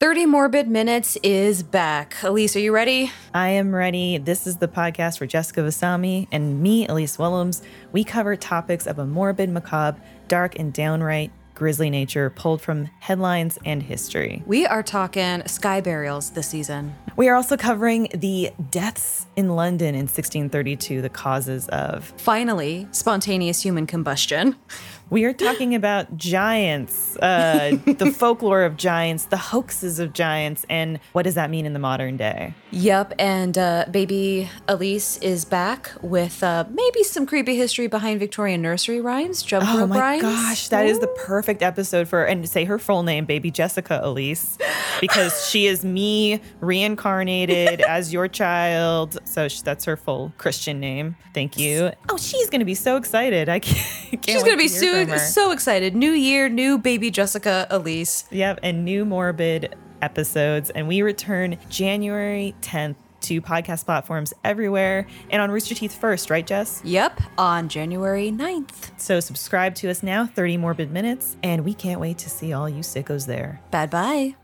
30 Morbid Minutes is back. Elise, are you ready? I am ready. This is the podcast where Jessica Vasami and me, Elise Willems, we cover topics of a morbid, macabre, dark, and downright grisly nature pulled from headlines and history. We are talking sky burials this season. We are also covering the deaths in London in 1632, the causes of. Finally, spontaneous human combustion. We are talking about giants, uh, the folklore of giants, the hoaxes of giants, and what does that mean in the modern day? Yep, and uh, baby Elise is back with uh, maybe some creepy history behind Victorian nursery rhymes, jump Oh rope my rhymes. gosh, that is the perfect episode for and say her full name, baby Jessica Elise, because she is me reincarnated as your child. So sh that's her full Christian name. Thank you. Oh, she's gonna be so excited. I can't. can't She's wait gonna be to hear from soon her. so excited. New year, new baby Jessica Elise. Yep, and new morbid episodes, and we return January tenth to podcast platforms everywhere and on Rooster Teeth first, right, Jess? Yep, on January 9th. So subscribe to us now, thirty morbid minutes, and we can't wait to see all you sickos there. Bye bye.